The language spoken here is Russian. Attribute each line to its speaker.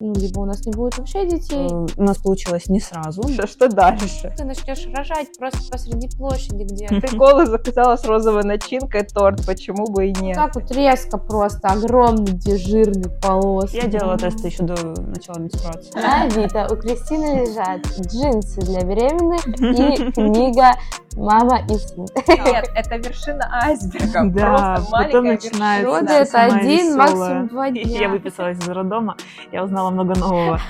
Speaker 1: Ну, либо у нас не будет вообще детей.
Speaker 2: Э, У нас получилось не сразу.
Speaker 3: Что, что дальше?
Speaker 1: Ты начнешь рожать просто посреди площади где-то.
Speaker 2: Хм.
Speaker 3: Приколы заказала с розовой начинкой торт, почему бы и нет.
Speaker 1: Так вот резко просто, огромный, где жирный полос.
Speaker 2: Я делала тесты еще до начала менструации.
Speaker 4: На Авито у Кристины лежат джинсы для беременных и книга «Мама и сын».
Speaker 5: Нет, это вершина айсберга.
Speaker 2: Да,
Speaker 5: просто
Speaker 2: потом
Speaker 5: маленькая
Speaker 2: начинается
Speaker 1: Роды
Speaker 2: да,
Speaker 1: это
Speaker 2: самое
Speaker 1: один,
Speaker 2: весёлое.
Speaker 1: максимум два
Speaker 2: Я
Speaker 1: дня.
Speaker 2: выписалась из роддома, я узнала много нового.